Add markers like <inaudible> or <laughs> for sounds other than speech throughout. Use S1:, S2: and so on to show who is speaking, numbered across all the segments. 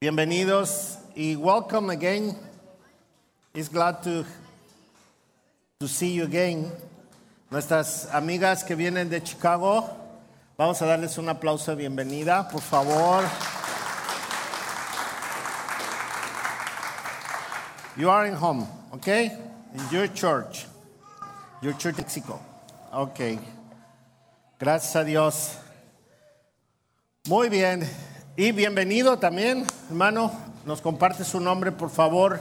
S1: Bienvenidos y welcome again. It's glad to, to see you again. Nuestras amigas que vienen de Chicago, vamos a darles un aplauso de bienvenida, por favor. You are in home, okay? In your church. Your church in Mexico. Okay. Gracias a Dios. Muy bien. Y bienvenido también, hermano. Nos comparte su nombre, por favor.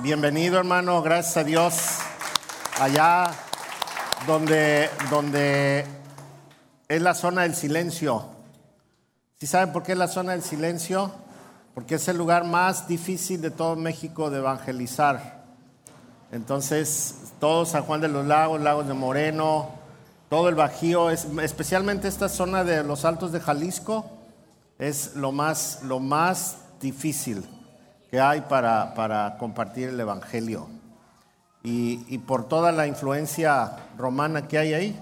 S1: Bienvenido, hermano. Gracias a Dios. Allá donde, donde es la zona del silencio. ¿Sí saben por qué es la zona del silencio? Porque es el lugar más difícil de todo México de evangelizar. Entonces, todo San Juan de los Lagos, Lagos de Moreno, todo el Bajío, es- especialmente esta zona de los Altos de Jalisco, es lo más, lo más difícil que hay para, para compartir el Evangelio. Y, y por toda la influencia romana que hay ahí,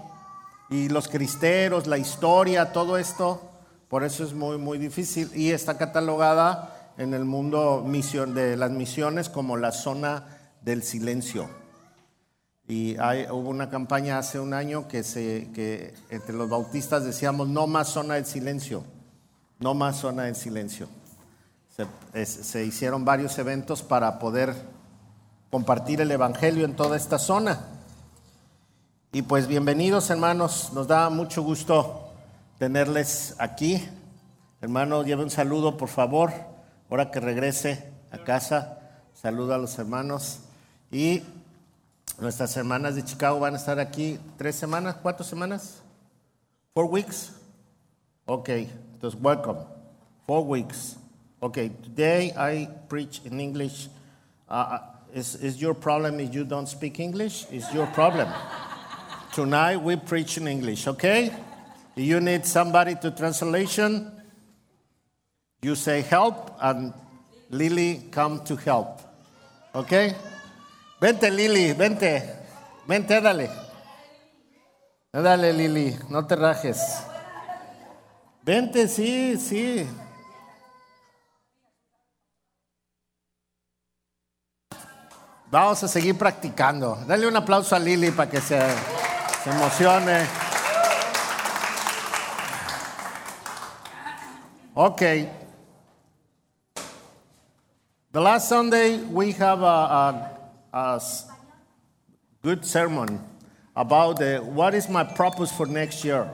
S1: y los cristeros, la historia, todo esto, por eso es muy, muy difícil. Y está catalogada en el mundo misión, de las misiones como la zona del silencio. Y hay- hubo una campaña hace un año que, se, que entre los bautistas decíamos, no más zona del silencio, no más zona del silencio. Se, es- se hicieron varios eventos para poder compartir el Evangelio en toda esta zona. Y pues bienvenidos hermanos, nos da mucho gusto tenerles aquí. Hermano, lleve un saludo por favor, ahora que regrese a casa, saluda a los hermanos. Y nuestras hermanas de Chicago van a estar aquí tres semanas, cuatro semanas, four weeks. Ok, entonces welcome, four weeks. Ok, today I preach in English. Uh, is, is your problem if you don't speak English? Is your problem. Tonight we preach in English, okay? If you need somebody to translation, you say help and Lily come to help. Okay? Vente Lily, vente. Vente, dale. Dale Lily, no te rajes. Vente, sí, sí. Vamos a seguir practicando. Dale un aplauso a Lili para que se, se emocione. Okay. The last Sunday we have a, a- a s- good sermon about the, what is my purpose for next year.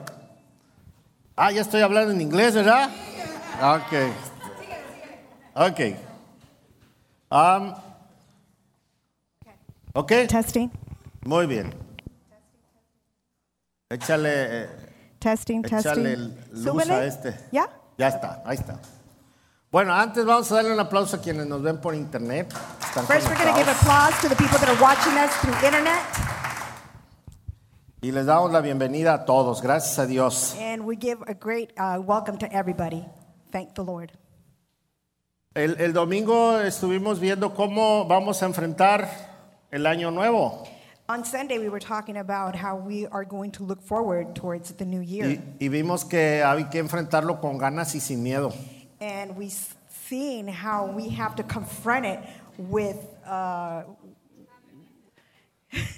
S1: Ah, ya estoy hablando en inglés, ¿verdad? Okay. Okay. Um, okay.
S2: Testing,
S1: Muy bien. Échale, eh,
S2: testing, testing.
S1: échale l- luz
S2: Súbele.
S1: a este.
S2: ¿Ya?
S1: Ya está, ahí está. Bueno, antes vamos a darle un aplauso a quienes nos ven por internet. Están
S2: First, we're going to give
S1: conectados.
S2: applause to the people that are watching us through internet,
S1: Y les damos la bienvenida a todos, gracias a Dios.
S2: and we give a great uh, welcome to everybody. Thank the Lord.
S1: El, el domingo estuvimos viendo cómo vamos a enfrentar el año nuevo.
S2: On Sunday, we were talking about how we are going to look forward towards the new year,
S1: Y, y vimos que hay que enfrentarlo con ganas y sin miedo.
S2: and we s- seen how we have to confront it with uh, <laughs>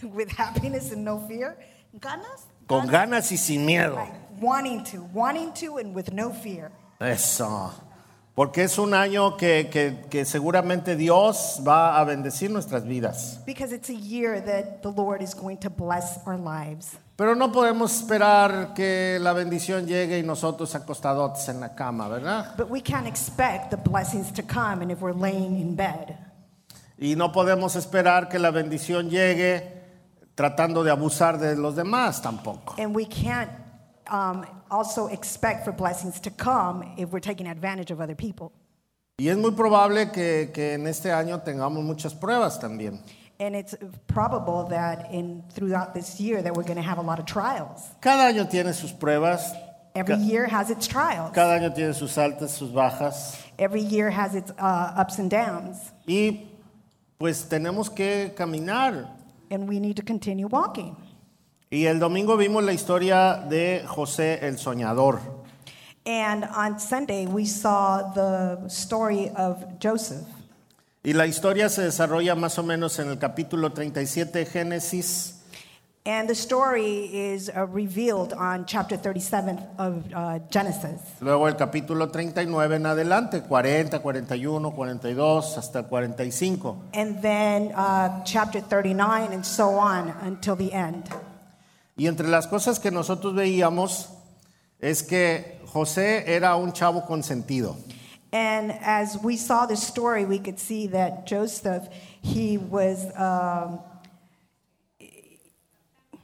S2: with happiness and no fear. Ganas?
S1: Con ganas y sin miedo.
S2: Like wanting to, wanting to, and with no fear.
S1: Eso. Porque es un año que, que- que seguramente Dios va a bendecir nuestras vidas.
S2: Because it's a year that the Lord is going to bless our lives.
S1: Pero no podemos esperar que la bendición llegue y nosotros acostadotes en la cama, ¿verdad?
S2: But we can't expect the blessings to come and if we're laying in bed.
S1: Y no podemos esperar que la bendición llegue tratando de abusar de los demás tampoco.
S2: And we can't um, also expect for blessings to come if we're taking advantage of other people.
S1: Y es muy probable que, que en este año tengamos muchas pruebas también.
S2: And it's probable that in throughout this year that we're going to have a lot of trials.
S1: Cada año tiene sus pruebas,
S2: Every
S1: Ca-
S2: year has its trials.
S1: cada año tiene sus altas, sus bajas.
S2: Every year has its uh, ups and downs.
S1: Y pues tenemos que caminar.
S2: And we need to continue walking.
S1: Y el domingo vimos la historia de José el Soñador.
S2: And on Sunday, we saw the story of Joseph.
S1: Y la historia se desarrolla más o menos en el capítulo 37 de Génesis
S2: And the story is uh, revealed on chapter 37 of uh, Genesis.
S1: Luego el capítulo 39 en adelante, 40, 41, 42, hasta 45.
S2: And then uh, chapter 39 and so on until the end.
S1: Y entre las cosas que nosotros veíamos es que José era un chavo consentido.
S2: And as we saw the story, we could see that Joseph, he was, um,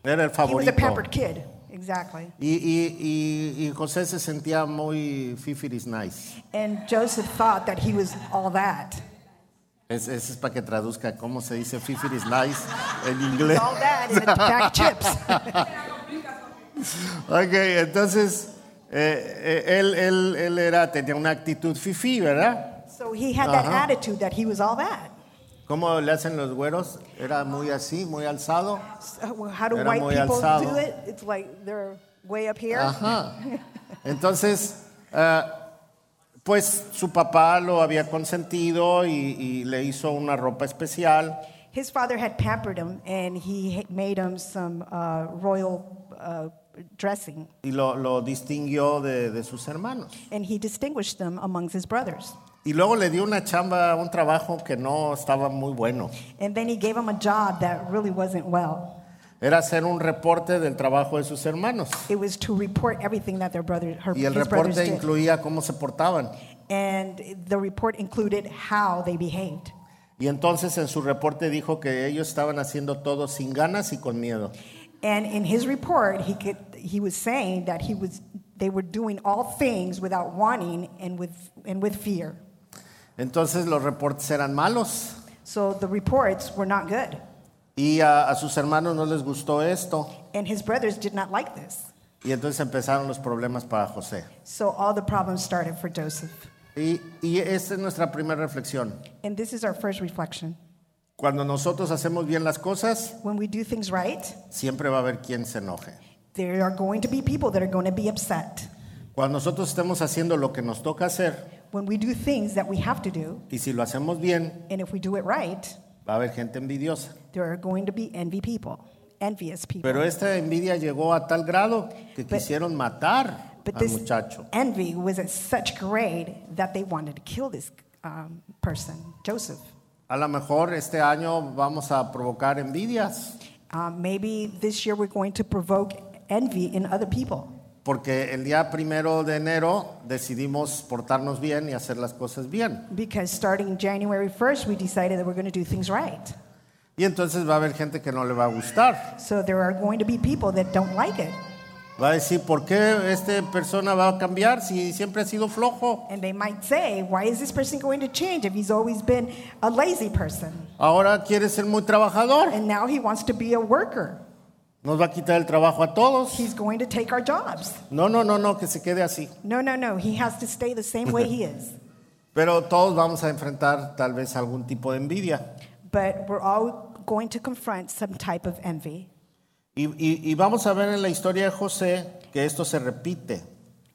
S1: Era el
S2: he was
S1: favorito.
S2: a pampered kid. Exactly.
S1: Y, y- y- y José se sentía muy fifiris nice.
S2: And Joseph thought that he was all that.
S1: Es- Eso es para que traduzca cómo se dice fifiris nice en
S2: He
S1: inglés.
S2: was all
S1: <laughs>
S2: that in a bag of chips.
S1: Ok, entonces eh, eh, él, él- él era, tenía una actitud fifi, ¿verdad?
S2: So he had that
S1: Ajá.
S2: attitude that he was all that.
S1: ¿Cómo le hacen los güeros? Era muy así, muy alzado.
S2: So, well, how do
S1: Era
S2: white
S1: muy
S2: people
S1: alzado. Uh-huh.
S2: do it? It's like they're way up here.
S1: Ajá. Entonces, ah, pues su papá lo había consentido y, y le hizo una ropa especial.
S2: His father had pampered him, and he h- made him some uh, royal uh, dressing,
S1: Y lo, lo distinguió de, de sus hermanos.
S2: and he distinguished them amongst his brothers.
S1: Y luego le dio una chamba, un trabajo que no estaba muy bueno.
S2: And then he gave him a job that really wasn't well.
S1: Era hacer un reporte del trabajo de sus hermanos.
S2: It was to report everything that their brother, her,
S1: Y el
S2: his brothers
S1: reporte
S2: did,
S1: incluía cómo se portaban.
S2: and the report included how they behaved.
S1: Y entonces en su reporte dijo que ellos estaban haciendo todo sin ganas y con miedo.
S2: And in his report, he could, he was saying that he was they were doing all things without wanting and with and with fear.
S1: Entonces los reportes eran malos.
S2: So the reports were not good.
S1: Y a, a sus hermanos no les gustó esto.
S2: And his brothers did not like this.
S1: Y entonces empezaron los problemas para José.
S2: So all the problems started for Joseph.
S1: Y, y esta es nuestra primera reflexión.
S2: And this is our first reflection.
S1: Cuando nosotros hacemos bien las cosas,
S2: When we do things right,
S1: siempre va a haber quien se enoje.
S2: there are going to be people that are going to be upset.
S1: Cuando nosotros estemos haciendo lo que nos toca hacer,
S2: When we do things that we have to do,
S1: y si lo hacemos bien,
S2: and if we do it right,
S1: va a haber gente envidiosa.
S2: there are going to be envy people, envious people.
S1: Pero esta envidia llegó a tal grado que
S2: But-
S1: quisieron matar
S2: But
S1: al
S2: this
S1: muchacho.
S2: envy was at such grade that they wanted to kill this um, person, Joseph.
S1: A lo mejor este año vamos a provocar envidias,
S2: Um, maybe this year we're going to provoke envy in other people.
S1: porque el día primero de enero decidimos portarnos bien y hacer las cosas bien.
S2: Because starting January 1st, we decided that we're going to do things right.
S1: Y entonces va a haber gente que no le va a gustar.
S2: So there are going to be people that don't like it.
S1: Va a decir, ¿por qué esta persona va a cambiar si siempre ha sido flojo?
S2: And they might say, why is this person going to change if he's always been a lazy person?
S1: Ahora quiere ser muy trabajador.
S2: And now he wants to be a worker.
S1: Nos va a quitar el trabajo a todos.
S2: He's going to take our jobs.
S1: No, no, no, no, que se quede así.
S2: No, no, no. He has to stay the same way he is.
S1: Pero todos vamos a enfrentar tal vez algún tipo de envidia.
S2: But we're all going to confront some type of envy.
S1: Y, y- y vamos a ver en la historia de José que esto se repite.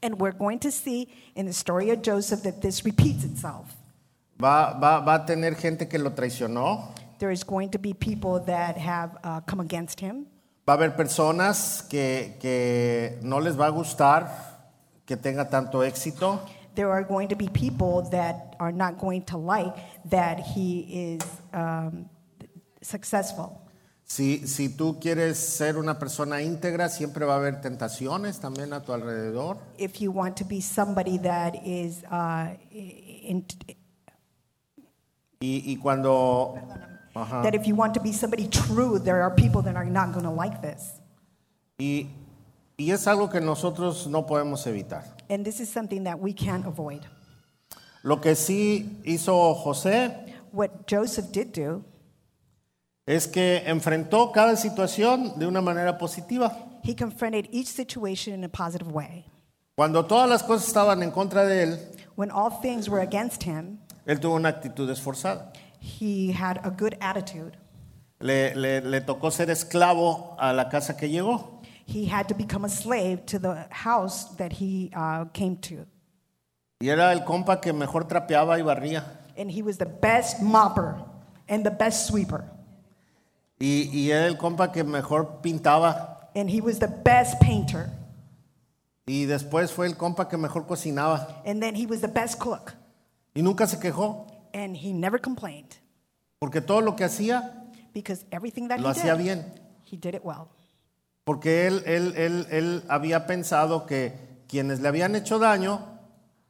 S2: And we're going to see in the story of Joseph that this repeats itself.
S1: Va, va- va a tener gente que lo traicionó.
S2: There is going to be people that have uh, come against him.
S1: Va a haber personas que, que no les va a gustar que tenga tanto éxito.
S2: There are going to be people that are not going to like that he is um, successful.
S1: Si, si tú quieres ser una persona íntegra, siempre va a haber tentaciones también a tu alrededor.
S2: If you want to be somebody that is, uh, in,
S1: Y, y cuando... Ajá.
S2: that if you want to be somebody true, there are people that are not going to like this.
S1: Y, y es algo que nosotros no podemos evitar.
S2: And this is something that we can't avoid.
S1: Lo que sí hizo José
S2: What Joseph did do
S1: es que enfrentó cada situación de una manera positiva.
S2: He confronted each situation in a positive way.
S1: Cuando todas las cosas estaban en contra de él,
S2: When all things were against him,
S1: él tuvo una actitud esforzada.
S2: he had a good attitude.
S1: Le, le- le tocó ser esclavo a la casa que llegó.
S2: he had to become a slave to the house that he uh, came to.
S1: Y era el compa que mejor trapeaba y barría.
S2: And he was the best mopper and the best sweeper.
S1: Y, y era el compa que mejor pintaba.
S2: And he was the best painter.
S1: Y después fue el compa que mejor cocinaba.
S2: And then he was the best cook.
S1: Y nunca se quejó,
S2: And he never complained
S1: porque todo lo que hacía,
S2: because everything that
S1: Lo
S2: he
S1: hacía
S2: did,
S1: bien.
S2: he did it well.
S1: porque él, él, él, él había pensado que quienes le habían hecho daño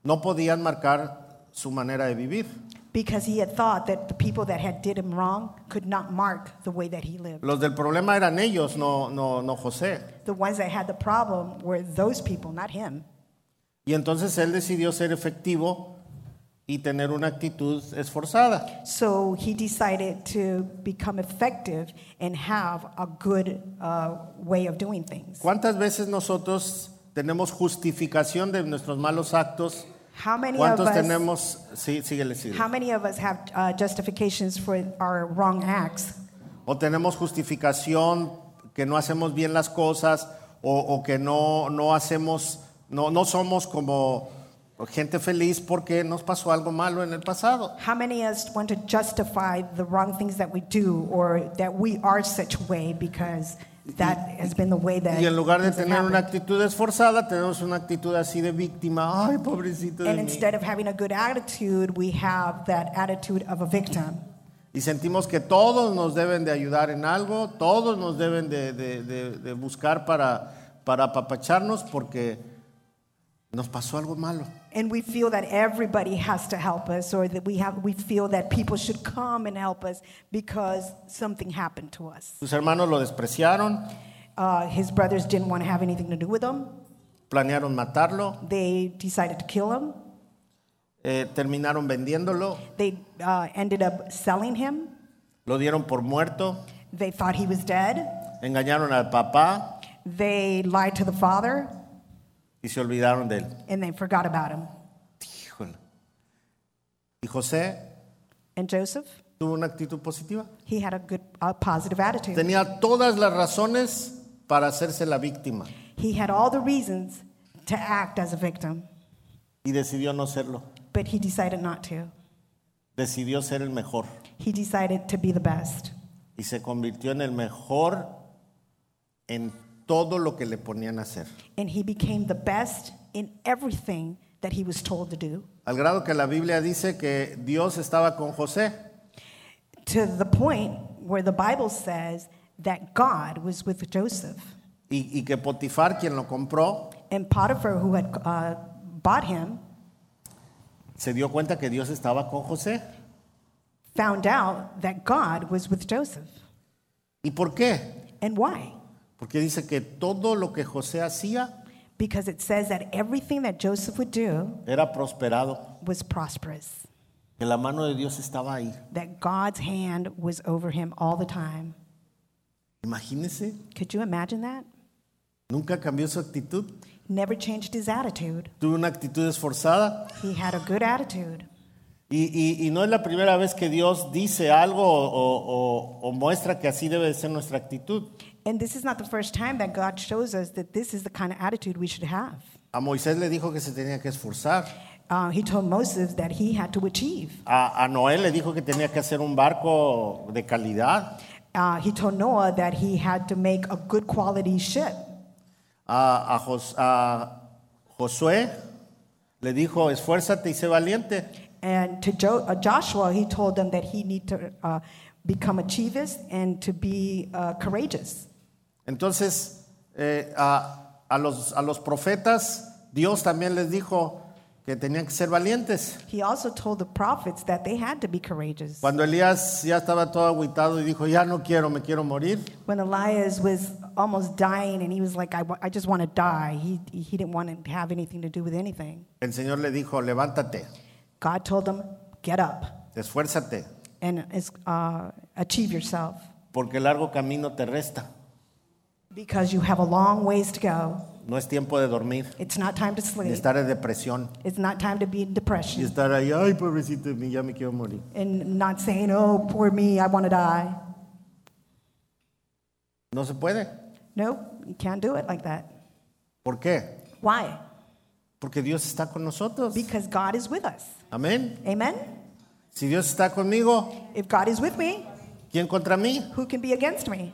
S1: no podían marcar su manera de vivir.
S2: Because he had thought that the people that had did him wrong could not mark the way that he lived.
S1: Los del problema eran ellos, no, no, no José.
S2: The ones that had the problem were those people, not him.
S1: Y entonces él decidió ser efectivo y tener una actitud esforzada.
S2: So he decided to become effective and have a good uh, way of doing things.
S1: ¿Cuántas veces nosotros tenemos justificación de nuestros malos actos?
S2: How many of
S1: ¿Cuántos
S2: us?
S1: tenemos? Sí, síguele, síguele.
S2: How many of us have uh, justifications for our wrong acts?
S1: O tenemos justificación que no hacemos bien las cosas o, o que no, no hacemos, no, no somos como gente feliz porque nos pasó algo malo en el pasado.
S2: How many of us want to justify the wrong things that we do or that we are such a way because that has been the way that
S1: Y en lugar de
S2: things have
S1: tener una
S2: happened.
S1: actitud esforzada, tenemos una actitud así de víctima. Ay, pobrecito de
S2: and
S1: mí.
S2: instead of having a good attitude, we have that attitude of a victim.
S1: Y sentimos que todos nos deben de ayudar en algo, todos nos deben de, de- de- de buscar para, para apapacharnos porque nos pasó algo malo.
S2: And we feel that everybody has to help us or that we have we feel that people should come and help us because something happened to us.
S1: Sus hermanos lo despreciaron,
S2: Uh, his brothers didn't want to have anything to do with him.
S1: planearon matarlo,
S2: They decided to kill him.
S1: eh, terminaron vendiéndolo,
S2: They uh, ended up selling him.
S1: lo dieron por muerto,
S2: They thought he was dead.
S1: engañaron al papá
S2: They lied to the father
S1: y se olvidaron de él.
S2: and they forgot about him.
S1: Híjole. Y José
S2: And Joseph,
S1: tuvo una actitud positiva.
S2: he had a good, a positive attitude.
S1: Tenía todas las razones para hacerse la víctima
S2: He had all the reasons to act as a victim,
S1: y decidió no serlo.
S2: but he decided not to.
S1: Decidió ser el mejor.
S2: He decided to be the best.
S1: y se convirtió en el mejor en todo lo que le ponían a hacer.
S2: And he became the best in everything that he was told to do,
S1: Al grado que la Biblia dice que Dios estaba con José
S2: to the point where the Bible says that God was with Joseph.
S1: y, y que Potifar, quien lo compró,
S2: And Potiphar, who had uh, bought him,
S1: se dio cuenta que Dios estaba con José.
S2: found out that God was with Joseph.
S1: ¿Y por qué?
S2: And why?
S1: Porque dice que todo lo que José hacía
S2: Because it says that everything that Joseph would do
S1: era prosperado,
S2: was prosperous,
S1: que la mano de Dios estaba ahí.
S2: that God's hand was over him all the time.
S1: Imagínese,
S2: Could you imagine that?
S1: nunca cambió su actitud,
S2: Never changed his attitude.
S1: tuvo una actitud esforzada.
S2: He had a good attitude.
S1: Y, y- y no es la primera vez que Dios dice algo o- o- o- o muestra que así debe de ser nuestra actitud.
S2: And this is not the first time that God shows us that this is the kind of attitude we should have.
S1: A Moisés le dijo que se tenía que esforzar.
S2: Uh, he told Moses that he had to achieve.
S1: A, a Noé le dijo que tenía que hacer un barco de calidad.
S2: Uh, he told Noah that he had to make a good quality ship.
S1: A, a Jos- a Josué le dijo, esfuérzate y sé valiente.
S2: And to jo- uh, Joshua, he told them that he need to uh, become achievist and to be uh, courageous.
S1: Entonces, eh, a, a los, a los profetas, Dios también les dijo que tenían que ser valientes.
S2: He also told the prophets that they had to be courageous.
S1: Cuando Elías ya estaba todo agüitado y dijo, ya no quiero, me quiero morir,
S2: When Elias was almost dying and he was like, I, wa- I just want to die, he, he didn't want to have anything to do with anything.
S1: el Señor le dijo, levántate,
S2: God told him, Get up
S1: esfuérzate,
S2: and uh, achieve yourself
S1: porque el largo camino te resta.
S2: because you have a long ways to go.
S1: No es tiempo de dormir.
S2: It's not time to
S1: y
S2: sleep,
S1: estar en depresión
S2: it's not time to be in
S1: y
S2: depression.
S1: estar ahí, ay pobrecito de mí, ya me quiero morir.
S2: And not saying, Oh, poor me, I want to die.
S1: No se puede.
S2: No, You can't do it like that.
S1: ¿Por qué?
S2: Why?
S1: Porque Dios está con nosotros.
S2: Because God is with us.
S1: Amén.
S2: Amen?
S1: Si Dios está conmigo,
S2: If God is with me,
S1: ¿quién contra mí?
S2: who can be against me?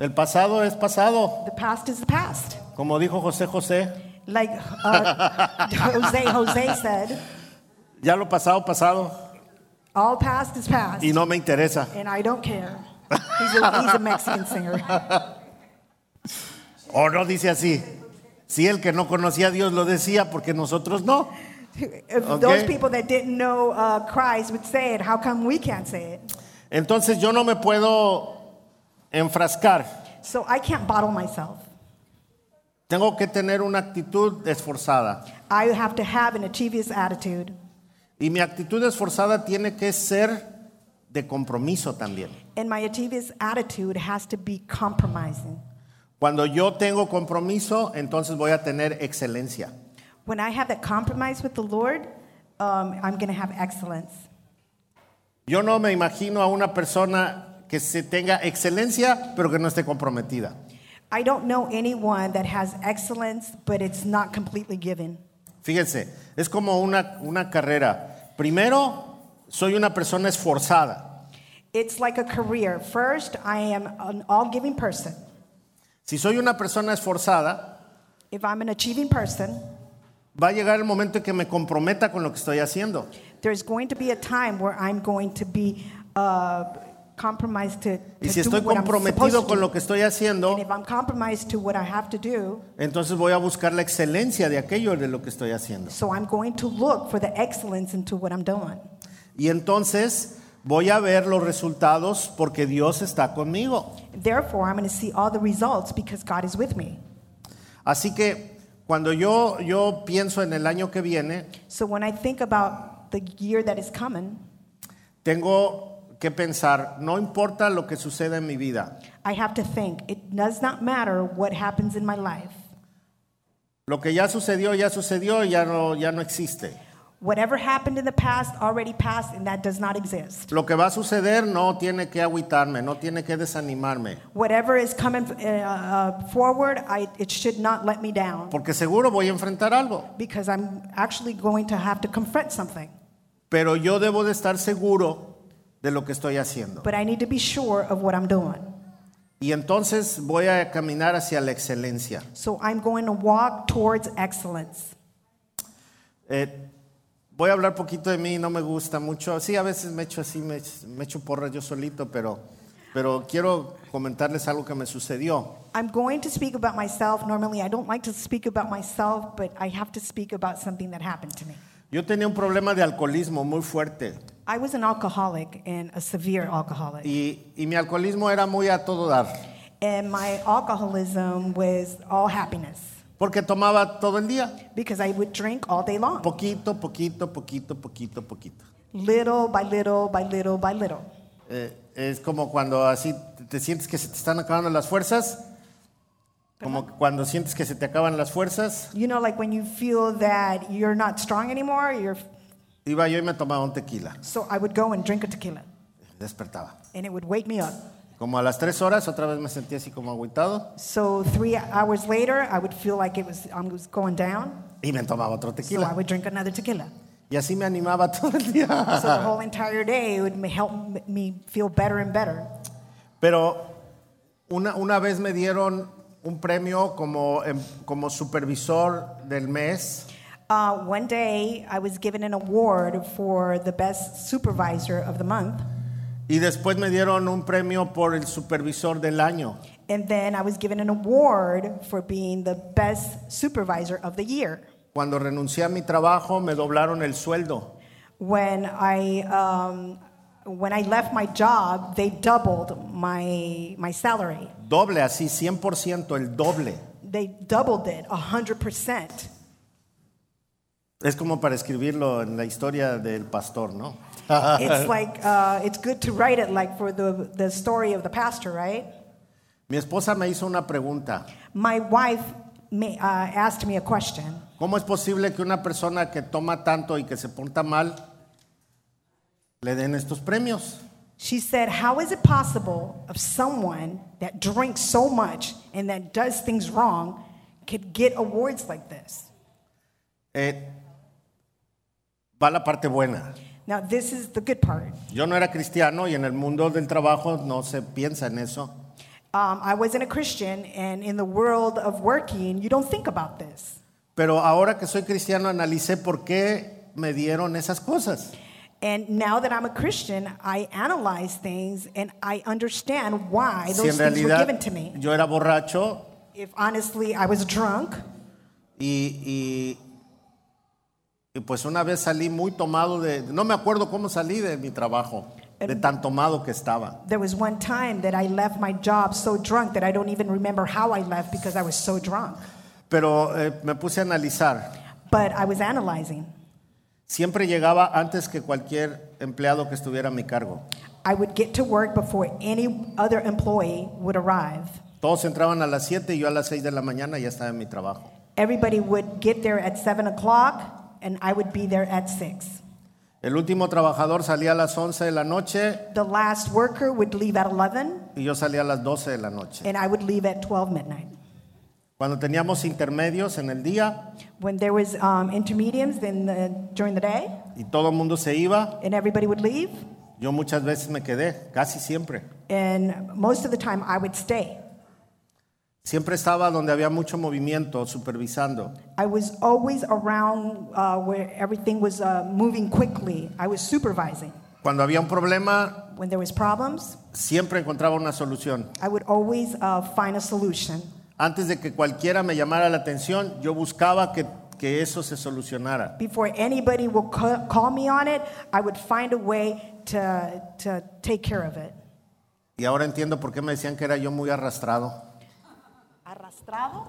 S1: El pasado es pasado,
S2: The past is the past.
S1: como dijo José José.
S2: Like uh, Jose Jose said,
S1: Ya lo pasado, pasado,
S2: all past is past,
S1: y no me interesa.
S2: and I don't care. He's a, he's a Mexican singer.
S1: <laughs> O no dice así. Si el que no conocía a Dios lo decía, porque nosotros no.
S2: <laughs> If
S1: Okay.
S2: Those people that didn't know uh, Christ would say it. How come we can't say it?
S1: Entonces yo no me puedo enfrascar.
S2: So I can't bottle myself.
S1: Tengo que tener una actitud esforzada.
S2: I have to have an achievious attitude.
S1: Y mi actitud esforzada tiene que ser de compromiso también.
S2: And my achievious attitude has to be compromising.
S1: Cuando yo tengo compromiso, entonces voy a tener excelencia.
S2: When I have that compromise with the Lord, um, I'm going to have excellence.
S1: Yo no me imagino a una persona que se tenga excelencia, pero que no esté comprometida.
S2: I don't know anyone that has excellence, but it's not completely given.
S1: Fíjense, es como una, una carrera. Primero, soy una persona esforzada.
S2: It's like a career. First, I am an all giving person.
S1: Si soy una persona esforzada,
S2: If I'm an achieving person,
S1: va a llegar el momento en que me comprometa con lo que estoy haciendo.
S2: there's going to be a time where I'm going to be uh, compromised to,
S1: Y
S2: to
S1: si
S2: do
S1: estoy
S2: what I'm supposed
S1: comprometido
S2: to
S1: con
S2: do.
S1: lo que estoy haciendo,
S2: And if I'm compromised to what I have to do,
S1: Entonces voy a buscar la excelencia de aquello de lo que estoy haciendo.
S2: so I'm going to look for the excellence into what I'm doing.
S1: Y entonces voy a ver los resultados porque Dios está conmigo.
S2: Therefore, I'm going to see all the results because God is with me.
S1: Así que cuando yo, yo pienso en el año que viene,
S2: So when I think about the year that is coming,
S1: tengo que pensar, no importa lo que suceda en mi vida,
S2: I have to think it does not matter what happens in my life.
S1: lo que ya sucedió, ya sucedió y ya no, ya no existe.
S2: Whatever happened in the past already passed, and that does not exist.
S1: Lo que va a suceder no tiene que agüitarme, no tiene que desanimarme,
S2: Whatever is coming uh, uh, forward, I, it should not let me down
S1: porque seguro voy a enfrentar algo.
S2: because I'm actually going to have to confront something.
S1: Pero yo debo de estar seguro de lo que estoy haciendo.
S2: But I need to be sure of what I'm doing.
S1: Y entonces voy a caminar hacia la excelencia.
S2: So I'm going to walk towards excellence.
S1: Eh, voy a hablar poquito de mí, no me gusta mucho. Sí, a veces me echo así, me, me echo porras yo solito, pero, pero quiero comentarles algo que me sucedió.
S2: I'm going to speak about myself. Normally, I don't like to speak about myself, but I have to speak about something that happened to me.
S1: Yo tenía un problema de alcoholismo muy fuerte
S2: I was an alcoholic and a severe alcoholic.
S1: y, y mi alcoholismo era muy a todo dar,
S2: And my alcoholism was all happiness
S1: porque tomaba todo el día,
S2: because I would drink all day long,
S1: poquito, poquito, poquito, poquito, poquito.
S2: little by little by little by little.
S1: Eh, es como cuando así te- te sientes que se te están acabando las fuerzas, como cuando sientes que se te acaban las fuerzas.
S2: You know, like when you feel that you're not strong anymore, you're.
S1: Iba yo y me tomaba un tequila.
S2: So I would go and drink a tequila,
S1: Despertaba.
S2: and it would wake me up.
S1: Como a las tres horas, otra vez me sentí así como agüitado
S2: So three hours later, I would feel like it was I was going down.
S1: y me tomaba otro
S2: So I
S1: tequila.
S2: would drink another tequila.
S1: Y así me animaba <laughs> todo el
S2: So the
S1: día.
S2: whole entire day it would ma- help m- me feel better and better.
S1: Pero una, una vez me dieron un premio como, em- como supervisor del mes
S2: Uh, one day, I was given an award for the best supervisor of the month,
S1: y después me dieron un premio por el supervisor del año.
S2: and then I was given an award for being the best supervisor of the year.
S1: Cuando renuncié a mi trabajo me doblaron el sueldo.
S2: When I um, when I left my job, they doubled my my salary.
S1: Doble, así, 100%, el doble.
S2: They doubled it hundred percent.
S1: Es como para escribirlo en la historia del pastor, ¿no?
S2: It's like uh, it's good to write it like for the the story of the pastor, right?
S1: Mi esposa me hizo una pregunta.
S2: My wife ma- uh, asked me a question.
S1: ¿Cómo es posible que una persona que toma tanto y que se porta mal le den estos premios?
S2: She said, How is it possible of someone that drinks so much and that does things wrong could get awards like this?
S1: Eh, va la parte buena.
S2: Now, this is the good part.
S1: Yo no era cristiano y en el mundo del trabajo no se piensa en eso.
S2: Um, I wasn't a Christian, and in the world of working, you don't think about this.
S1: Pero ahora que soy cristiano analicé por qué me dieron esas cosas.
S2: And now that I'm a Christian, I analyze things and I understand why
S1: Si
S2: those
S1: en
S2: things were
S1: realidad
S2: given to me.
S1: yo era borracho
S2: If honestly I was drunk,
S1: y, y- y pues una vez salí muy tomado de... No me acuerdo cómo salí de mi trabajo, de
S2: Em.
S1: tan tomado que estaba.
S2: there was one time that I left my job so drunk that I don't even remember how I left because I was so drunk.
S1: Pero eh, me puse a analizar.
S2: But I was analyzing.
S1: Siempre llegaba antes que cualquier empleado que estuviera a mi cargo.
S2: I would get to work before any other employee would arrive.
S1: Todos entraban a las 7 y yo a las 6 de la mañana ya estaba en mi trabajo.
S2: Everybody would get there at 7 o'clock, and I would be there at 6.
S1: El último trabajador salía a las 11 de la noche
S2: The last worker would leave at 11,
S1: y yo salía a las 12 de la noche.
S2: and I would leave at 12 midnight.
S1: Cuando teníamos intermedios en el día
S2: When there was um, intermediums in the, during the day,
S1: y todo el mundo se iba,
S2: and everybody would leave,
S1: yo muchas veces me quedé, casi siempre.
S2: and most of the time I would stay.
S1: Siempre estaba donde había mucho movimiento, supervisando.
S2: I was always around uh, where everything was uh, moving quickly. I was supervising.
S1: Cuando había un problema,
S2: When there was problems,
S1: siempre encontraba una solución.
S2: I would always uh, find a solution.
S1: Antes de que cualquiera me llamara la atención, yo buscaba que, que eso se solucionara.
S2: Before anybody would ca- call me on it, I would find a way to, to take care of it.
S1: Y ahora entiendo por qué me decían que era yo muy arrastrado.
S2: Arrastrado?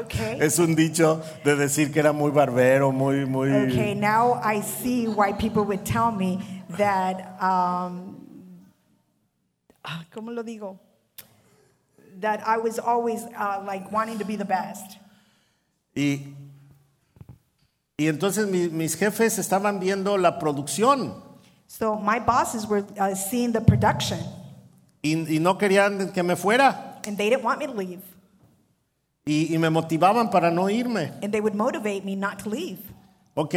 S2: <laughs> okay.
S1: Es un dicho de decir que era muy barbero, muy, muy...
S2: Okay, now I see why people would tell me that, um, ah, ¿cómo lo digo? That I was always uh, like wanting to be the best.
S1: Y, y entonces mi- mis jefes estaban viendo la producción
S2: So my bosses were uh, seeing the production
S1: y, y no querían que me fuera.
S2: and they didn't want me to leave.
S1: Y, y me motivaban para no irme.
S2: And they would motivate me not to leave.
S1: Ok,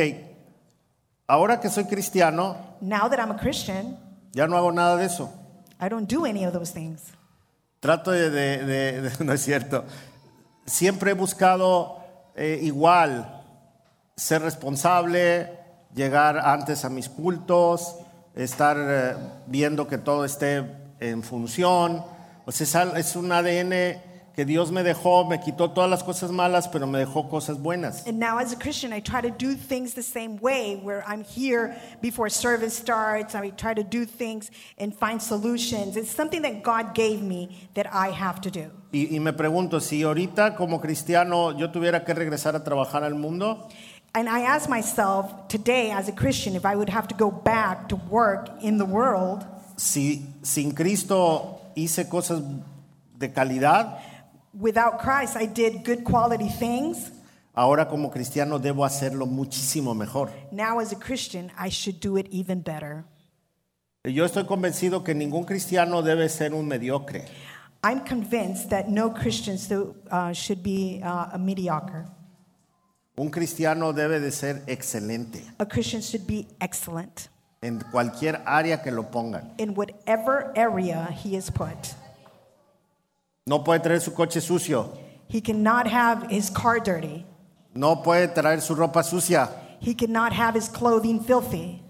S1: ahora que soy cristiano,
S2: Now that I'm a Christian,
S1: ya no hago nada de eso.
S2: I don't do any of those things.
S1: Trato de... de- de- de- <laughs> no es cierto. Siempre he buscado eh, igual ser responsable, llegar antes a mis cultos, estar eh, viendo que todo esté en función. O sea, es al- es un ADN que Dios me dejó, me quitó todas las cosas malas, pero me dejó cosas buenas.
S2: And now, as a Christian, I try to do things the same way where I'm here before service starts. I try to do things and find solutions. It's something that God gave me that I have to do.
S1: Y, y me pregunto, si ahorita como cristiano yo tuviera que regresar a trabajar al mundo,
S2: And I ask myself today, as a Christian, if I would have to go back to work in the world
S1: si sin Cristo hice cosas de calidad,
S2: without Christ. I did good quality things.
S1: ahora como cristiano debo hacerlo muchísimo mejor.
S2: Now, as a Christian, I should do it even better.
S1: Yo estoy convencido que ningún cristiano debe ser un mediocre.
S2: I'm convinced that no Christian so, uh, should be uh, a mediocre.
S1: Un cristiano debe de ser excelente
S2: A Christian should be excellent
S1: en cualquier área que lo pongan.
S2: in whatever area he is put.
S1: No puede traer su coche sucio,
S2: He cannot have his car dirty.
S1: no puede traer su ropa sucia,
S2: He cannot have his clothing filthy.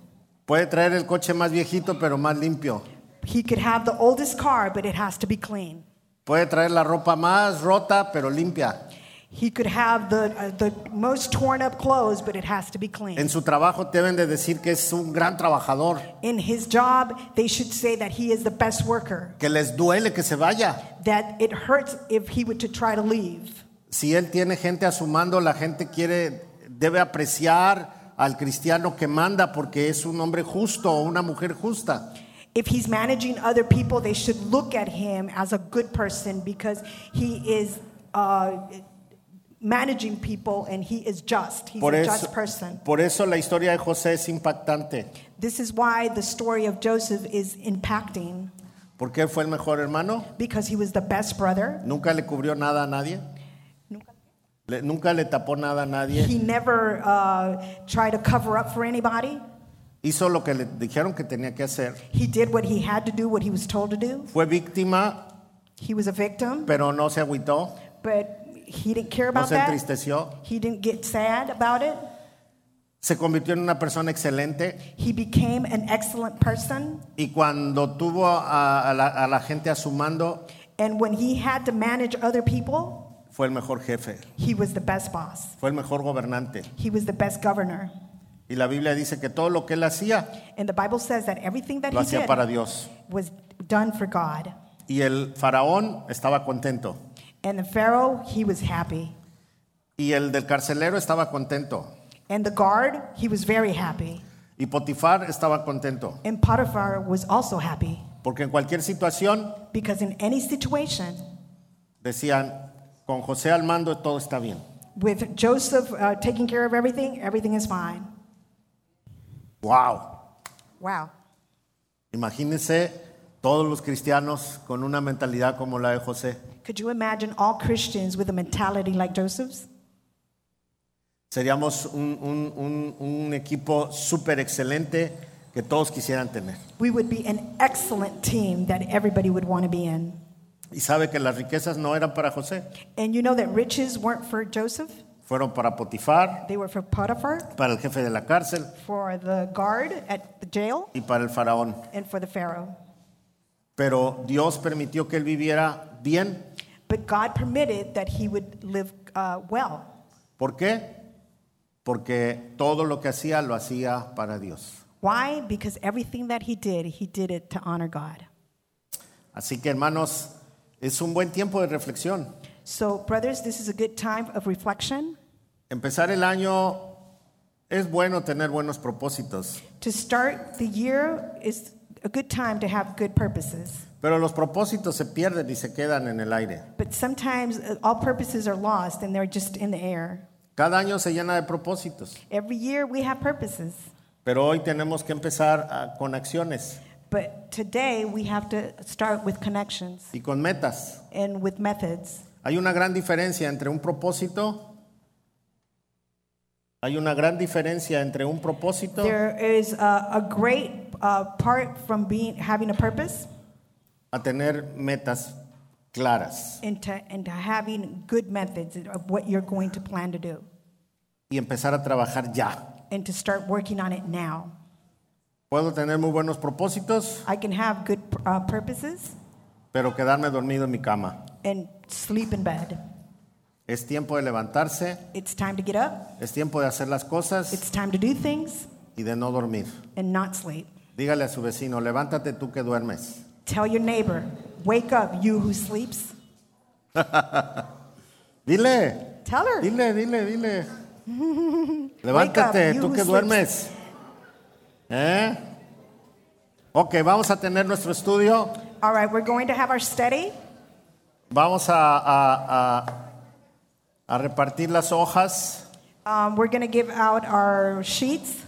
S1: puede traer el coche más viejito pero más limpio,
S2: He could have the oldest car, but it has to be clean.
S1: puede traer la ropa más rota pero limpia.
S2: He could have the, uh, the most torn up clothes, but it has to be
S1: En
S2: clean.
S1: su trabajo deben de decir que es un gran trabajador,
S2: In his job, they should say that he is the best worker,
S1: que les duele que se vaya.
S2: that it hurts if he were to try to leave.
S1: Si él tiene gente a su mando, la gente quiere, debe apreciar al cristiano que manda porque es un hombre justo o una mujer justa.
S2: If he's managing other people, they should look at him as a good person because he is uh, managing people and he is just. He's
S1: Por
S2: a
S1: eso,
S2: just person.
S1: por eso la historia de José es impactante,
S2: This is why the story of Joseph is impacting
S1: porque él fue el mejor hermano,
S2: because he was the best brother.
S1: nunca le cubrió nada a nadie, le- nunca le tapó nada a nadie,
S2: He never uh, tried to cover up for anybody.
S1: hizo lo que le dijeron que tenía que hacer,
S2: He did what he had to do, what he was told to do.
S1: fue víctima,
S2: He was a victim,
S1: pero no se agüitó,
S2: but he didn't
S1: no
S2: care about
S1: se
S2: that.
S1: entristeció,
S2: He didn't get sad about it.
S1: se convirtió en una persona excelente
S2: He became an excellent person.
S1: y cuando tuvo a, a la, a la gente a su mando,
S2: And when he had to manage other people,
S1: fue el mejor jefe,
S2: he was the best boss.
S1: fue el mejor gobernante.
S2: He was the best governor.
S1: Y la Biblia dice que todo lo que él hacía,
S2: And the Bible says that everything that
S1: lo
S2: he
S1: hacía para
S2: did
S1: Dios.
S2: was done for God.
S1: Y el faraón estaba contento.
S2: And the Pharaoh, he was happy.
S1: Y el del carcelero estaba contento.
S2: And the guard, he was very happy.
S1: Y Potifar estaba contento.
S2: And Potiphar was also happy
S1: Porque en cualquier situación
S2: because in any situation,
S1: decían, con José al mando todo está bien.
S2: with Joseph uh, taking care of everything, everything is fine.
S1: ¡Wow!
S2: Wow.
S1: Imagínense todos los cristianos con una mentalidad como la de José.
S2: Could you imagine all Christians with a mentality like Joseph's?
S1: Seríamos un, un- un- un equipo súper excelente que todos quisieran tener.
S2: We would be an excellent team that everybody would want to be in.
S1: Y sabe que las riquezas no eran para José,
S2: And you know that riches weren't for Joseph,
S1: fueron para Potifar,
S2: they were for Potiphar,
S1: para el jefe de la cárcel
S2: for the guard at the jail,
S1: y para el faraón.
S2: and for the Pharaoh.
S1: Pero Dios permitió que él viviera bien.
S2: But God permitted that he would live uh, well.
S1: ¿Por qué? Porque todo lo que hacía lo hacía para Dios.
S2: Why? Because everything that he did, he did it to honor God.
S1: Así que hermanos, es un buen tiempo de reflexión.
S2: So, brothers, this is a good time of reflection.
S1: Empezar el año es bueno tener buenos propósitos,
S2: To start the year is a good time to have good purposes.
S1: pero los propósitos se pierden y se quedan en el aire.
S2: But sometimes uh, all purposes are lost and they're just in the air.
S1: Cada año se llena de propósitos,
S2: Every year we have purposes,
S1: pero hoy tenemos que empezar ah, con acciones
S2: but today we have to start with connections
S1: y con metas.
S2: and with methods.
S1: Hay una gran diferencia entre un propósito. Hay una gran diferencia entre un propósito
S2: There is a, a great uh, part from being having a purpose
S1: a tener metas claras
S2: into into having good methods of what you're going to plan to do
S1: y empezar a trabajar ya.
S2: and to start working on it now.
S1: Puedo tener muy buenos propósitos,
S2: I can have good uh, purposes
S1: pero quedarme dormido en mi cama.
S2: and sleep in bed.
S1: Es tiempo de levantarse,
S2: It's time to get up.
S1: es tiempo de hacer las cosas
S2: It's time to do things
S1: y de no dormir.
S2: and not sleep.
S1: Dígale a su vecino, levántate tú que duermes.
S2: Tell your neighbor, wake up, you who sleeps.
S1: Dile,
S2: Tell her.
S1: dile, dile, dile. Levántate
S2: you
S1: tú
S2: who
S1: que
S2: sleeps.
S1: duermes. ¿Eh? Ok, vamos a tener nuestro estudio.
S2: All right, we're going to have our study.
S1: Vamos a, a- a- a repartir las hojas
S2: Um, we're going to give out our sheets.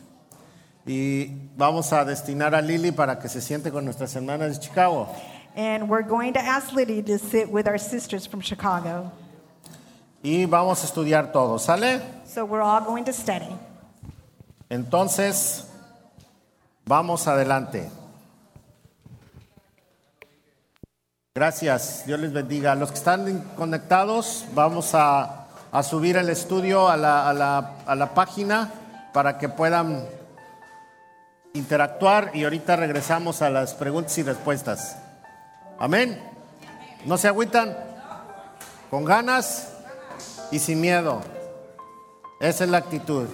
S1: y vamos a destinar a Lili para que se siente con nuestras hermanas de Chicago.
S2: And we're going to ask Liddy to sit with our sisters from Chicago.
S1: Y vamos a estudiar todo, ¿sale?
S2: So we're all going to study.
S1: Entonces, vamos adelante. Gracias, Dios les bendiga. A los que están conectados, vamos a, a subir el estudio a la, a la- a la página para que puedan interactuar y ahorita regresamos a las preguntas y respuestas. Amén. No se agüitan, con ganas y sin miedo. Esa es la actitud.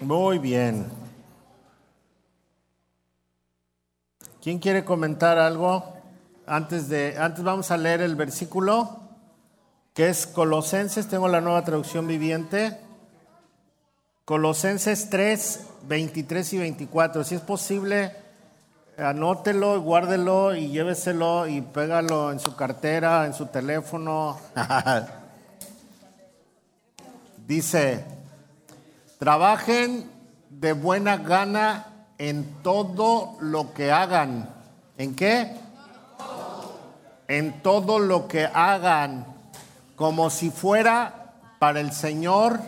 S1: Muy bien. ¿Quién quiere comentar algo? Antes de antes vamos a leer el versículo que es Colosenses, tengo la nueva traducción viviente. Colosenses 3, 23 y 24. Si es posible, Anótelo, guárdelo y lléveselo y pégalo en su cartera, en su teléfono. <laughs> Dice, trabajen de buena gana en todo lo que hagan. ¿En qué? En todo lo que hagan, como si fuera para el Señor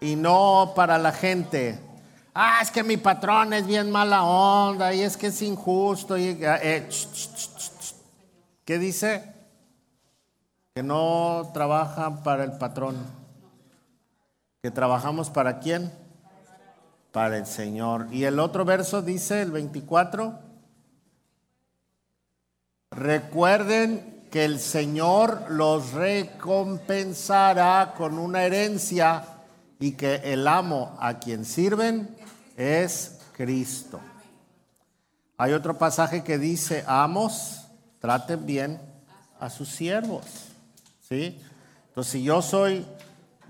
S1: y no para la gente. Ah, es que mi patrón es bien mala onda y es que es injusto. Y, eh, ch, ch, ch, ¿Qué dice? Que no trabajan para el patrón. Que trabajamos para quién? Para el Señor. Y el otro verso dice, el 24, recuerden que el Señor los recompensará con una herencia y que el amo a quien sirven es Cristo. Hay otro pasaje que dice, amos, traten bien a sus siervos. ¿Sí? Entonces, si yo soy,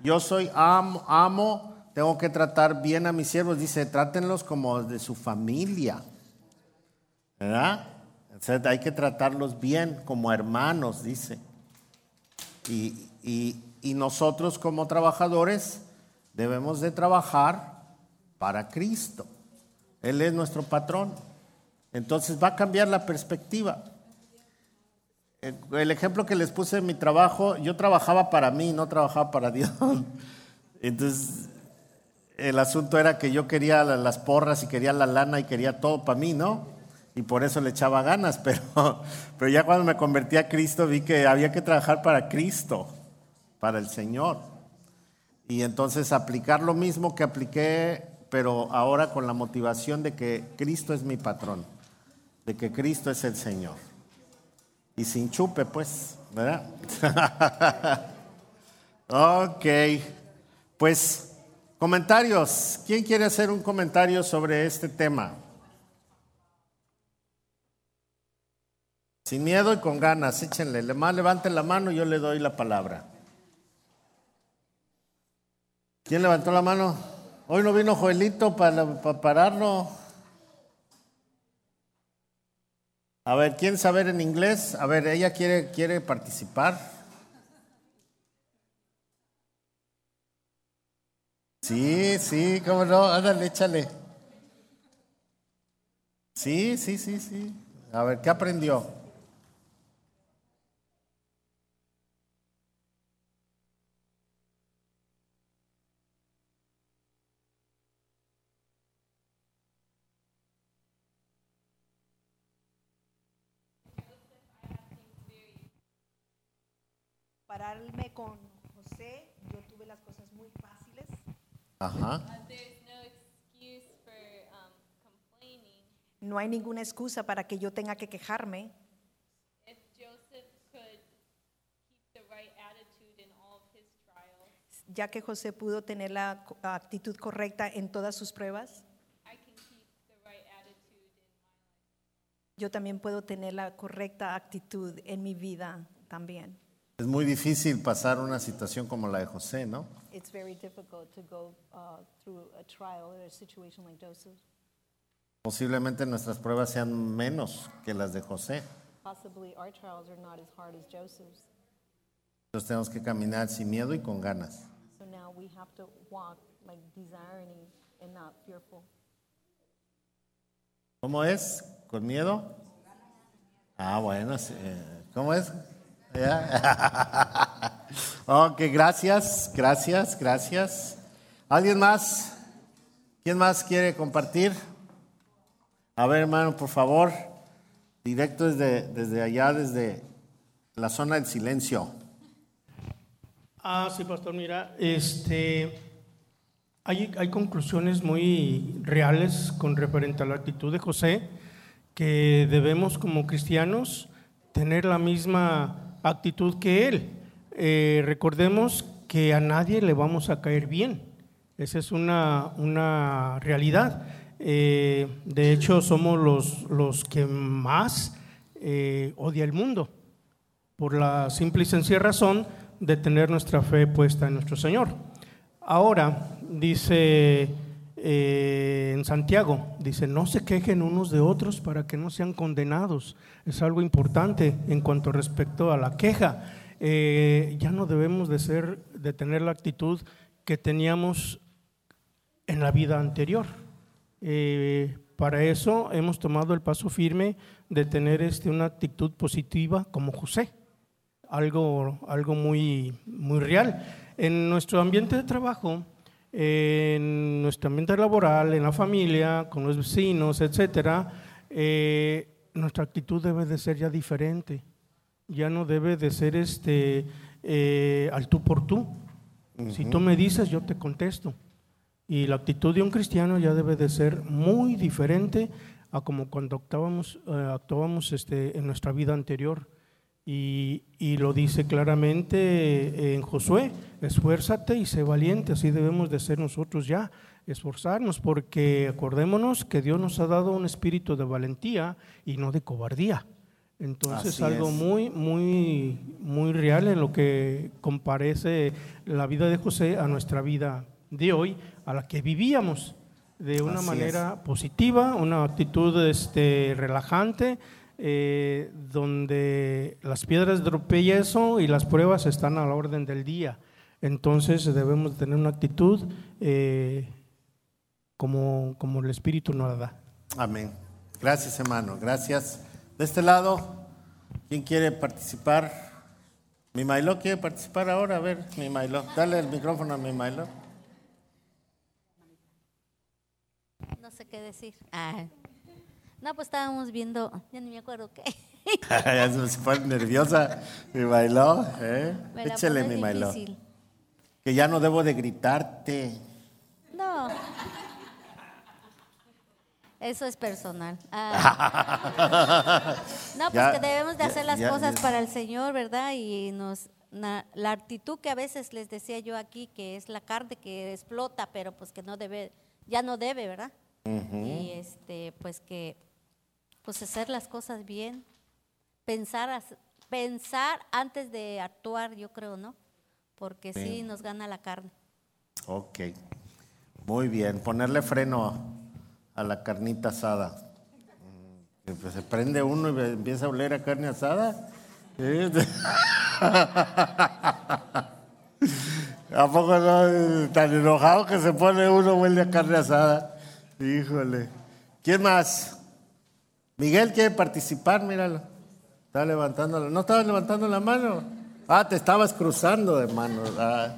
S1: yo soy am- amo, tengo que tratar bien a mis siervos. Dice, trátenlos como de su familia. ¿Verdad? Entonces, hay que tratarlos bien, como hermanos, dice. Y, y- y nosotros como trabajadores debemos de trabajar para Cristo. Él es nuestro patrón. Entonces va a cambiar la perspectiva. Eh, El ejemplo que les puse en mi trabajo, yo trabajaba para mí, no trabajaba para <laughs> Dios. Entonces el asunto era que yo quería la- las porras y quería la lana y quería todo para mí, ¿no? Y por eso le echaba ganas, <laughs> pero, pero ya cuando me convertí a Cristo vi que había que trabajar para Cristo, para el Señor. Y entonces aplicar lo mismo que apliqué, pero ahora con la motivación de que Cristo es mi patrón, de que Cristo es el Señor. Y sin chupe, pues, ¿verdad? <laughs> ok, pues comentarios. ¿Quién quiere hacer un comentario sobre este tema? Sin miedo y con ganas, échenle. Le- Más levanten la mano y yo le doy la palabra. ¿Quién levantó la mano? Hoy no vino Joelito para, para pararlo. A ver, ¿quién saber en inglés? A ver, ella quiere, quiere participar. Sí, sí, cómo no, ándale, échale. Sí, sí, sí, sí. A ver, ¿qué aprendió?
S2: Pararme con José, yo tuve las cosas muy fáciles.
S1: Ajá.
S3: There's no excuse for um, complaining.
S2: No hay ninguna excusa para que yo tenga que quejarme.
S3: If Joseph could keep the right attitude in all of his trials,
S2: ya que José pudo tener la co- actitud correcta en todas sus pruebas,
S3: I can keep the right attitude in my life.
S2: yo también puedo tener la correcta actitud en mi vida también.
S1: Es muy difícil pasar una situación como la de José, ¿no?
S4: It's very difficult to go uh, through a trial or a situation like Joseph.
S1: Posiblemente nuestras pruebas sean menos que las de José.
S4: Possibly our trials are not as hard as Joseph's.
S1: Entonces tenemos que caminar sin miedo y con ganas.
S4: So now we have to walk like desiring and not fearful.
S1: ¿Cómo es? ¿Con miedo? Ah, bueno, sí, eh, ¿cómo es? Ya. <laughs> ok, gracias, gracias, gracias. ¿Alguien más? ¿Quién más quiere compartir? A ver, hermano, por favor, directo desde, desde allá, desde la zona del silencio.
S5: Ah, sí, pastor, mira, este, hay, hay conclusiones muy reales con referente a la actitud de José, que debemos como cristianos tener la misma actitud que él. Eh, recordemos que a nadie le vamos a caer bien, esa es una, una realidad. Eh, de hecho, somos los, los que más eh, odia el mundo por la simple y sencilla razón de tener nuestra fe puesta en nuestro Señor. Ahora, dice eh, en Santiago. Dice, no se quejen unos de otros para que no sean condenados. Es algo importante en cuanto respecto a la queja. Eh, ya no debemos de, ser, de tener la actitud que teníamos en la vida anterior. Eh, para eso hemos tomado el paso firme de tener este, una actitud positiva como José, algo, algo muy, muy real. En nuestro ambiente de trabajo, en nuestro ambiente laboral, en la familia, con los vecinos, etcétera, eh, nuestra actitud debe de ser ya diferente. Ya no debe de ser este, eh, al tú por tú. Si tú me dices, yo te contesto. Y la actitud de un cristiano ya debe de ser muy diferente a como cuando actuábamos, eh, actuábamos, este, en nuestra vida anterior. Y, y lo dice claramente eh, en Josué, esfuérzate y sé valiente, así debemos de ser nosotros ya, esforzarnos, porque acordémonos que Dios nos ha dado un espíritu de valentía y no de cobardía. Entonces
S1: Así
S5: algo
S1: es.
S5: muy, muy, muy real en lo que comparece la vida de José a nuestra vida de hoy, a la que vivíamos de una
S1: Así es.
S5: manera positiva, una actitud este, relajante, eh, donde las piedras de tropiezo y las pruebas están a la orden del día. Entonces debemos tener una actitud eh, como, como el Espíritu nos la da.
S1: Amén. Gracias, hermano. Gracias. De este lado, ¿quién quiere participar? Mi Mailo quiere participar ahora. A ver, mi Mailo. Dale el micrófono a mi Mailo.
S6: No sé qué decir. Ah. No, pues estábamos viendo, ya ni me acuerdo
S1: <laughs>
S6: qué.
S1: <laughs> ya se se pone nerviosa. Mi Mailo. ¿eh?
S6: Me la
S1: Échale, mi
S6: pones
S1: Mailo.
S6: pues difícil.
S1: Que ya no debo de gritarte.
S6: No. Eso es personal. Ah. No,
S1: <laughs>
S6: pues
S1: Ya,
S6: que debemos de
S1: ya,
S6: hacer las
S1: ya,
S6: cosas
S1: ya.
S6: para el Señor, ¿verdad? Y nos na- la actitud que a veces les decía yo aquí, que es la carne que explota, pero pues que no debe, ya no debe, ¿verdad? Y este, pues que, pues hacer las cosas bien, pensar, as- pensar antes de actuar, yo creo, ¿no? Porque sí nos gana la carne.
S1: Ok. Muy bien. Ponerle freno a la carnita asada. Mm, que, pues, se prende uno y empieza a oler a carne asada. <laughs> ¿Eh? ¿A poco no? Tan enojado que se pone uno, huele a carne asada. Híjole. ¿Quién más? Miguel quiere participar, míralo. Está levantando la... ¿No estabas levantando la mano? Ah, te estabas cruzando de manos. Ah.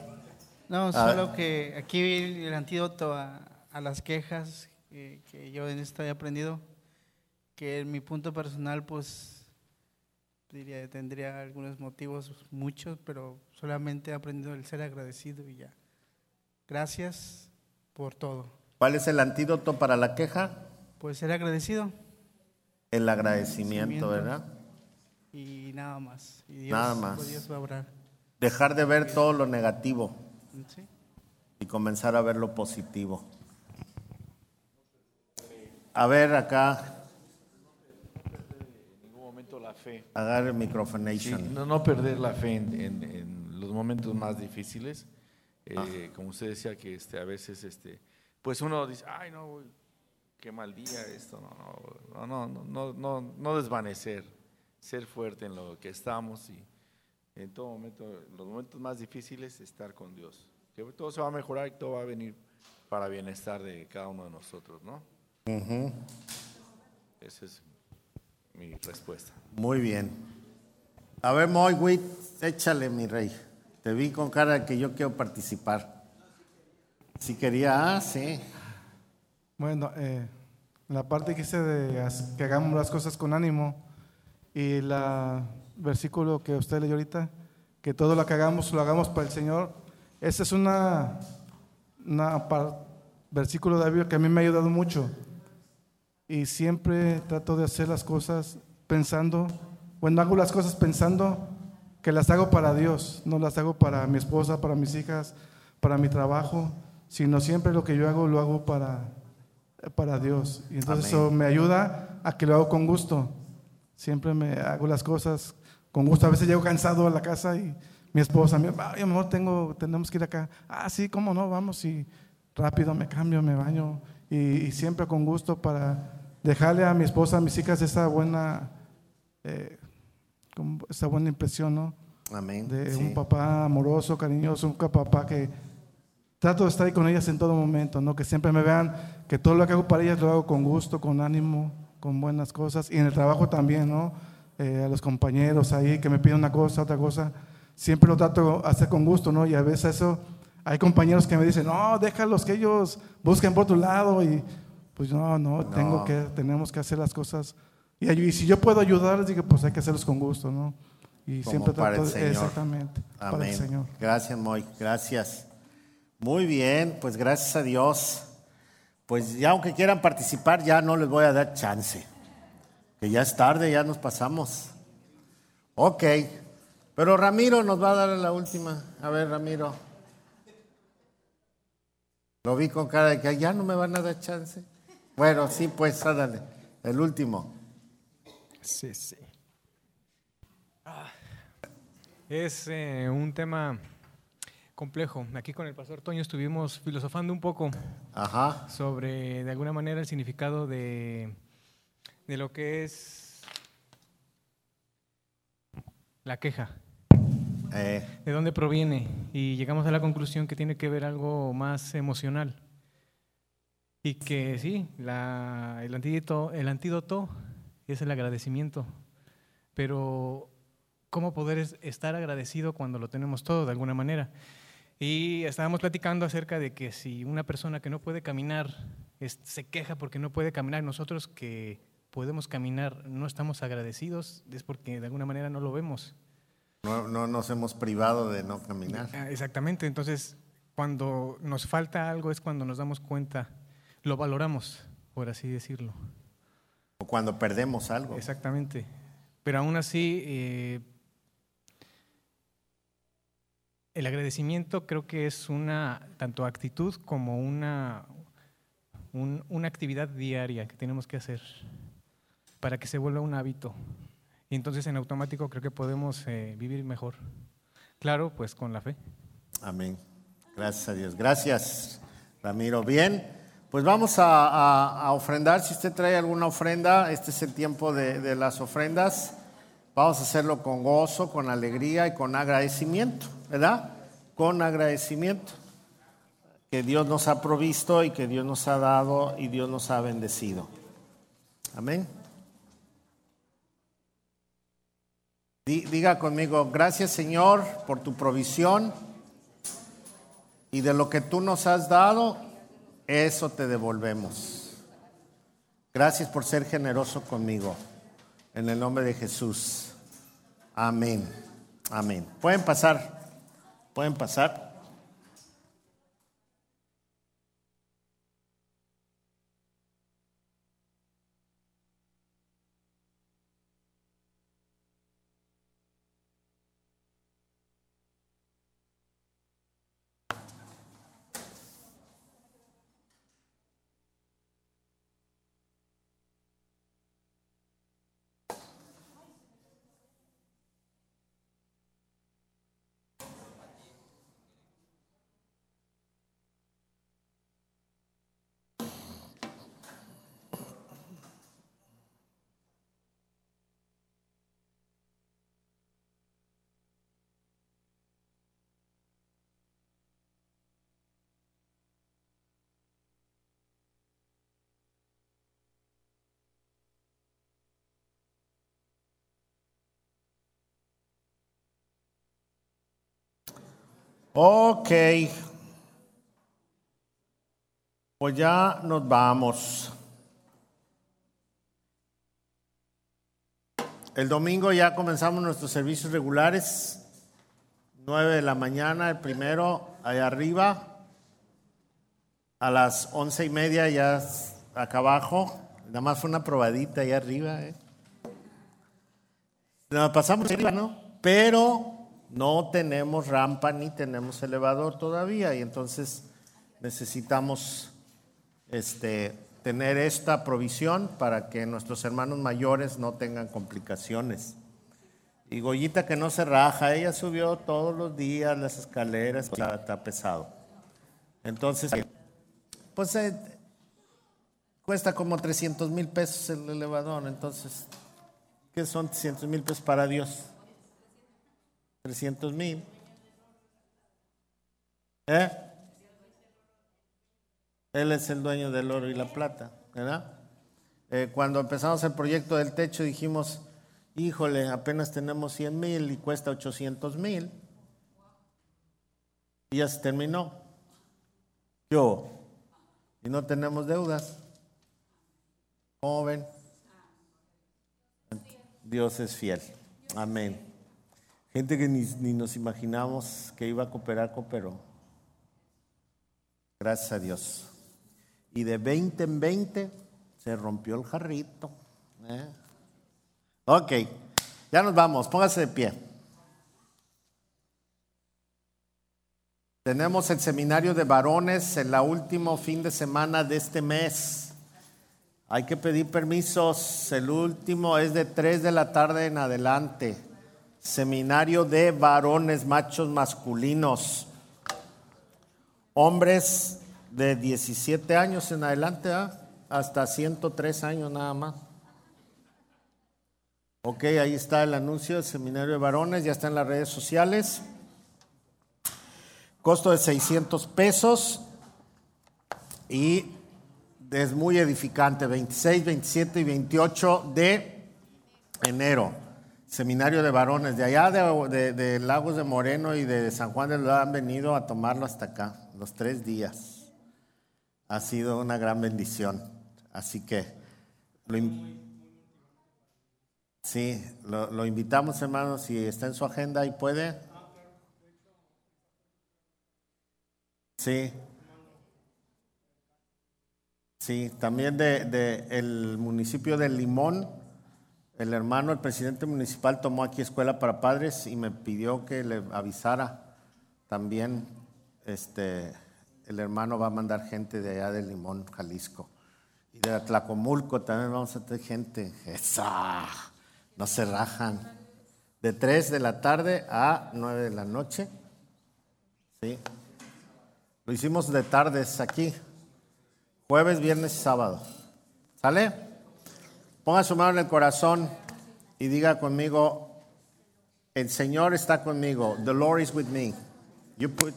S7: No, solo que aquí vi el antídoto a, a las quejas que, que yo en esto he aprendido, que en mi punto personal, pues, diría, tendría algunos motivos, muchos, pero solamente he aprendido el ser agradecido y ya. Gracias por todo.
S1: ¿Cuál es el antídoto para la queja?
S7: Pues ser agradecido
S1: El agradecimiento, ¿verdad?
S7: y nada más. Y Dios,
S1: Nada más.
S7: pues, Dios va a obrar.
S1: Dejar de ver todo lo negativo
S7: ¿sí?
S1: y comenzar a ver lo positivo. A ver acá,
S8: ningún momento la fe.
S1: agarra el
S8: Sí,
S1: microfonation.
S8: no, no perder la fe en, en- en los momentos más difíciles. Eh, Como usted decía, que este, a veces, este, pues uno dice, ay, no, güey, qué mal día esto. No, no, no, no, no, no, no desvanecer, ser fuerte en lo que estamos y en todo momento, los momentos más difíciles, estar con Dios. Que todo se va a mejorar y todo va a venir para bienestar de cada uno de nosotros, ¿no? Esa es mi respuesta.
S1: Muy bien. A ver, Moy Witt, échale, mi rey. Te vi con cara de que yo quiero participar. Si quería, ah, sí.
S9: Bueno, eh, la parte que dice de as- que hagamos las cosas con ánimo y la versículo que usted leyó ahorita, que todo lo que hagamos lo hagamos para el Señor, ese es una, una par- versículo de la Biblia que a mí me ha ayudado mucho y siempre trato de hacer las cosas pensando, bueno, hago las cosas pensando que las hago para Dios, no las hago para mi esposa, para mis hijas, para mi trabajo, sino siempre lo que yo hago lo hago para, para Dios. Y entonces
S1: Amén.
S9: eso me ayuda a que lo hago con gusto. Siempre me hago las cosas con gusto. A veces llego cansado a la casa y mi esposa me dice, "Ay, amor, tengo, tenemos que ir acá. Ah, sí, cómo no, vamos. Y rápido me cambio, me baño y, y siempre con gusto para dejarle a mi esposa, a mis hijas esa buena, eh, como esa buena impresión, ¿no?
S1: Amén.
S9: De
S1: sí.
S9: un papá amoroso, cariñoso, un ca- papá que trato de estar ahí con ellas en todo momento, ¿no? Que siempre me vean que todo lo que hago para ellas lo hago con gusto, con ánimo, con buenas cosas. Y en el trabajo también, ¿no? Eh, a los compañeros ahí que me piden una cosa, otra cosa. Siempre lo trato de hacer con gusto, ¿no? Y a veces eso, hay compañeros que me dicen, no, déjalos que ellos busquen por otro lado. Y pues no, no, tengo que, tenemos que hacer las cosas. Y, ay- y si yo puedo ayudarles, digo, pues hay que hacerlos con gusto, ¿no? Y
S1: Como
S9: siempre
S1: para
S9: trato
S1: el Señor.
S9: exactamente para el
S1: Amén.
S9: Señor.
S1: Gracias, Moy. Gracias. Muy bien, pues gracias a Dios. Pues ya aunque quieran participar, ya no les voy a dar chance. Que ya es tarde, ya nos pasamos. Ok. Pero Ramiro nos va a dar la última. A ver, Ramiro. Lo vi con cara de que ya no me van a dar chance. Bueno, sí, pues, ándale. El último.
S10: Sí, sí. Ah, Es eh, un tema complejo. Aquí con el pastor Toño estuvimos filosofando un poco
S1: Ajá.
S10: sobre, de alguna manera, el significado de, de lo que es la queja,
S1: Eh,
S10: de dónde proviene, y llegamos a la conclusión que tiene que ver algo más emocional. Y que sí, la- el, antídoto, el antídoto es el agradecimiento. Pero, ¿cómo poder es- estar agradecido cuando lo tenemos todo de alguna manera? Y estábamos platicando acerca de que si una persona que no puede caminar es- se queja porque no puede caminar, nosotros que podemos caminar no estamos agradecidos, es porque de alguna manera no lo vemos.
S1: no, no nos hemos privado de no caminar.
S10: Ah, Exactamente, entonces cuando nos falta algo es cuando nos damos cuenta, lo valoramos, por así decirlo.
S1: O cuando perdemos algo.
S10: Exactamente, pero aún así eh, el agradecimiento creo que es una tanto actitud como una, un- una actividad diaria que tenemos que hacer para que se vuelva un hábito. Y entonces en automático creo que podemos eh, vivir mejor. Claro, pues con la fe.
S1: Amén. Gracias a Dios. Gracias, Ramiro. Bien, pues vamos a, a- a ofrendar. Si usted trae alguna ofrenda, este es el tiempo de, de las ofrendas. Vamos a hacerlo con gozo, con alegría y con agradecimiento, ¿verdad? Con agradecimiento. Que Dios nos ha provisto y que Dios nos ha dado y Dios nos ha bendecido. Amén. Di- Diga conmigo, gracias Señor por tu provisión y de lo que tú nos has dado, eso te devolvemos. Gracias por ser generoso conmigo. En el nombre de Jesús. Amén. Amén. Pueden pasar. Pueden pasar. Ok. Pues ya nos vamos. El domingo ya comenzamos nuestros servicios regulares. 9 de la mañana, el primero, allá arriba. A las once y media ya es acá abajo. Nada más fue una probadita allá arriba. ¿eh? Nos pasamos arriba, ¿no? Pero no tenemos rampa ni tenemos elevador todavía. Y entonces necesitamos este, tener esta provisión para que nuestros hermanos mayores no tengan complicaciones. Y Goyita que no se raja, ella subió todos los días las escaleras, está, está pesado. Entonces, Pues eh, cuesta como 300 mil pesos el elevador, entonces, ¿qué son 300 mil pesos para Dios? 300 mil. ¿Eh? Él es el dueño del oro y la plata, ¿verdad? Eh, cuando empezamos el proyecto del techo dijimos, híjole, apenas tenemos 100 mil y cuesta 800 mil. Y ya se terminó. Yo. Y no tenemos deudas. ¿Cómo ven? Dios es fiel. Amén. Gente que ni, ni nos imaginamos que iba a cooperar, cooperó. Gracias a Dios. Y de 20 en 20 se rompió el jarrito. ¿eh? Ok, ya nos vamos, póngase de pie. Tenemos el seminario de varones en la último fin de semana de este mes. Hay que pedir permisos. El último es de 3 de la tarde en adelante. Seminario de varones, machos masculinos. Hombres de 17 años en adelante, ¿ah? hasta 103 años nada más. Ok, ahí está el anuncio del seminario de varones, ya está en las redes sociales. Costo de 600 pesos y es muy edificante, 26, 27 y 28 de enero. Seminario de varones, de allá de, de- de Lagos de Moreno y de San Juan de lo han venido a tomarlo hasta acá, los tres días. Ha sido una gran bendición. Así que lo, in- Sí, lo, lo invitamos, hermano, si está en su agenda y puede. Sí. Sí, también de, de el municipio de Limón, el hermano, el presidente municipal tomó aquí escuela para padres y me pidió que le avisara. También, este, el hermano va a mandar gente de allá de Limón, Jalisco. Y de Atlacomulco también vamos a tener gente. ¡Esa! No se rajan. De 3 de la tarde a 9 de la noche. Sí. Lo hicimos de tardes aquí. Jueves, viernes y sábado. ¿Sale? Ponga su mano en el corazón y diga conmigo, el Señor está conmigo. The Lord is with me. You put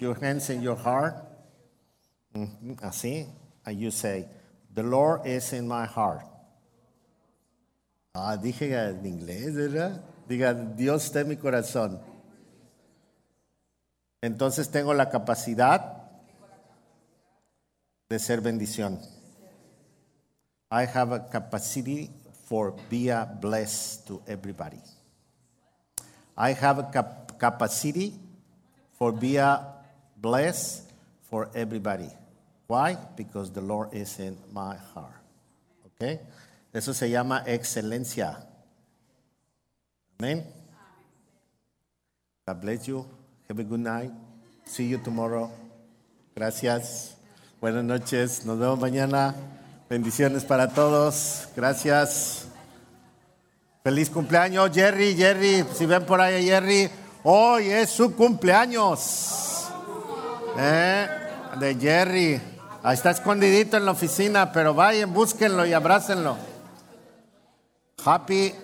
S1: your hands in your heart. Mhm, Así. And you say, The Lord is in my heart. Ah, dije en inglés, ¿verdad? Diga, Dios está en mi corazón. Entonces tengo la capacidad de ser bendición. I have a capacity for be a bless to everybody. I have a cap- capacity for be a bless for everybody. Why? Because the Lord is in my heart. Okay? Eso se llama excelencia. Amén. God bless you. Have a good night. See you tomorrow. Gracias. Buenas noches. Nos vemos mañana. Bendiciones para todos. Gracias. Feliz cumpleaños, Jerry, Jerry. Si ven por ahí a Jerry, hoy es su cumpleaños. ¿Eh? De Jerry. Ahí está escondidito en la oficina, pero vayan, búsquenlo y abrácenlo. Happy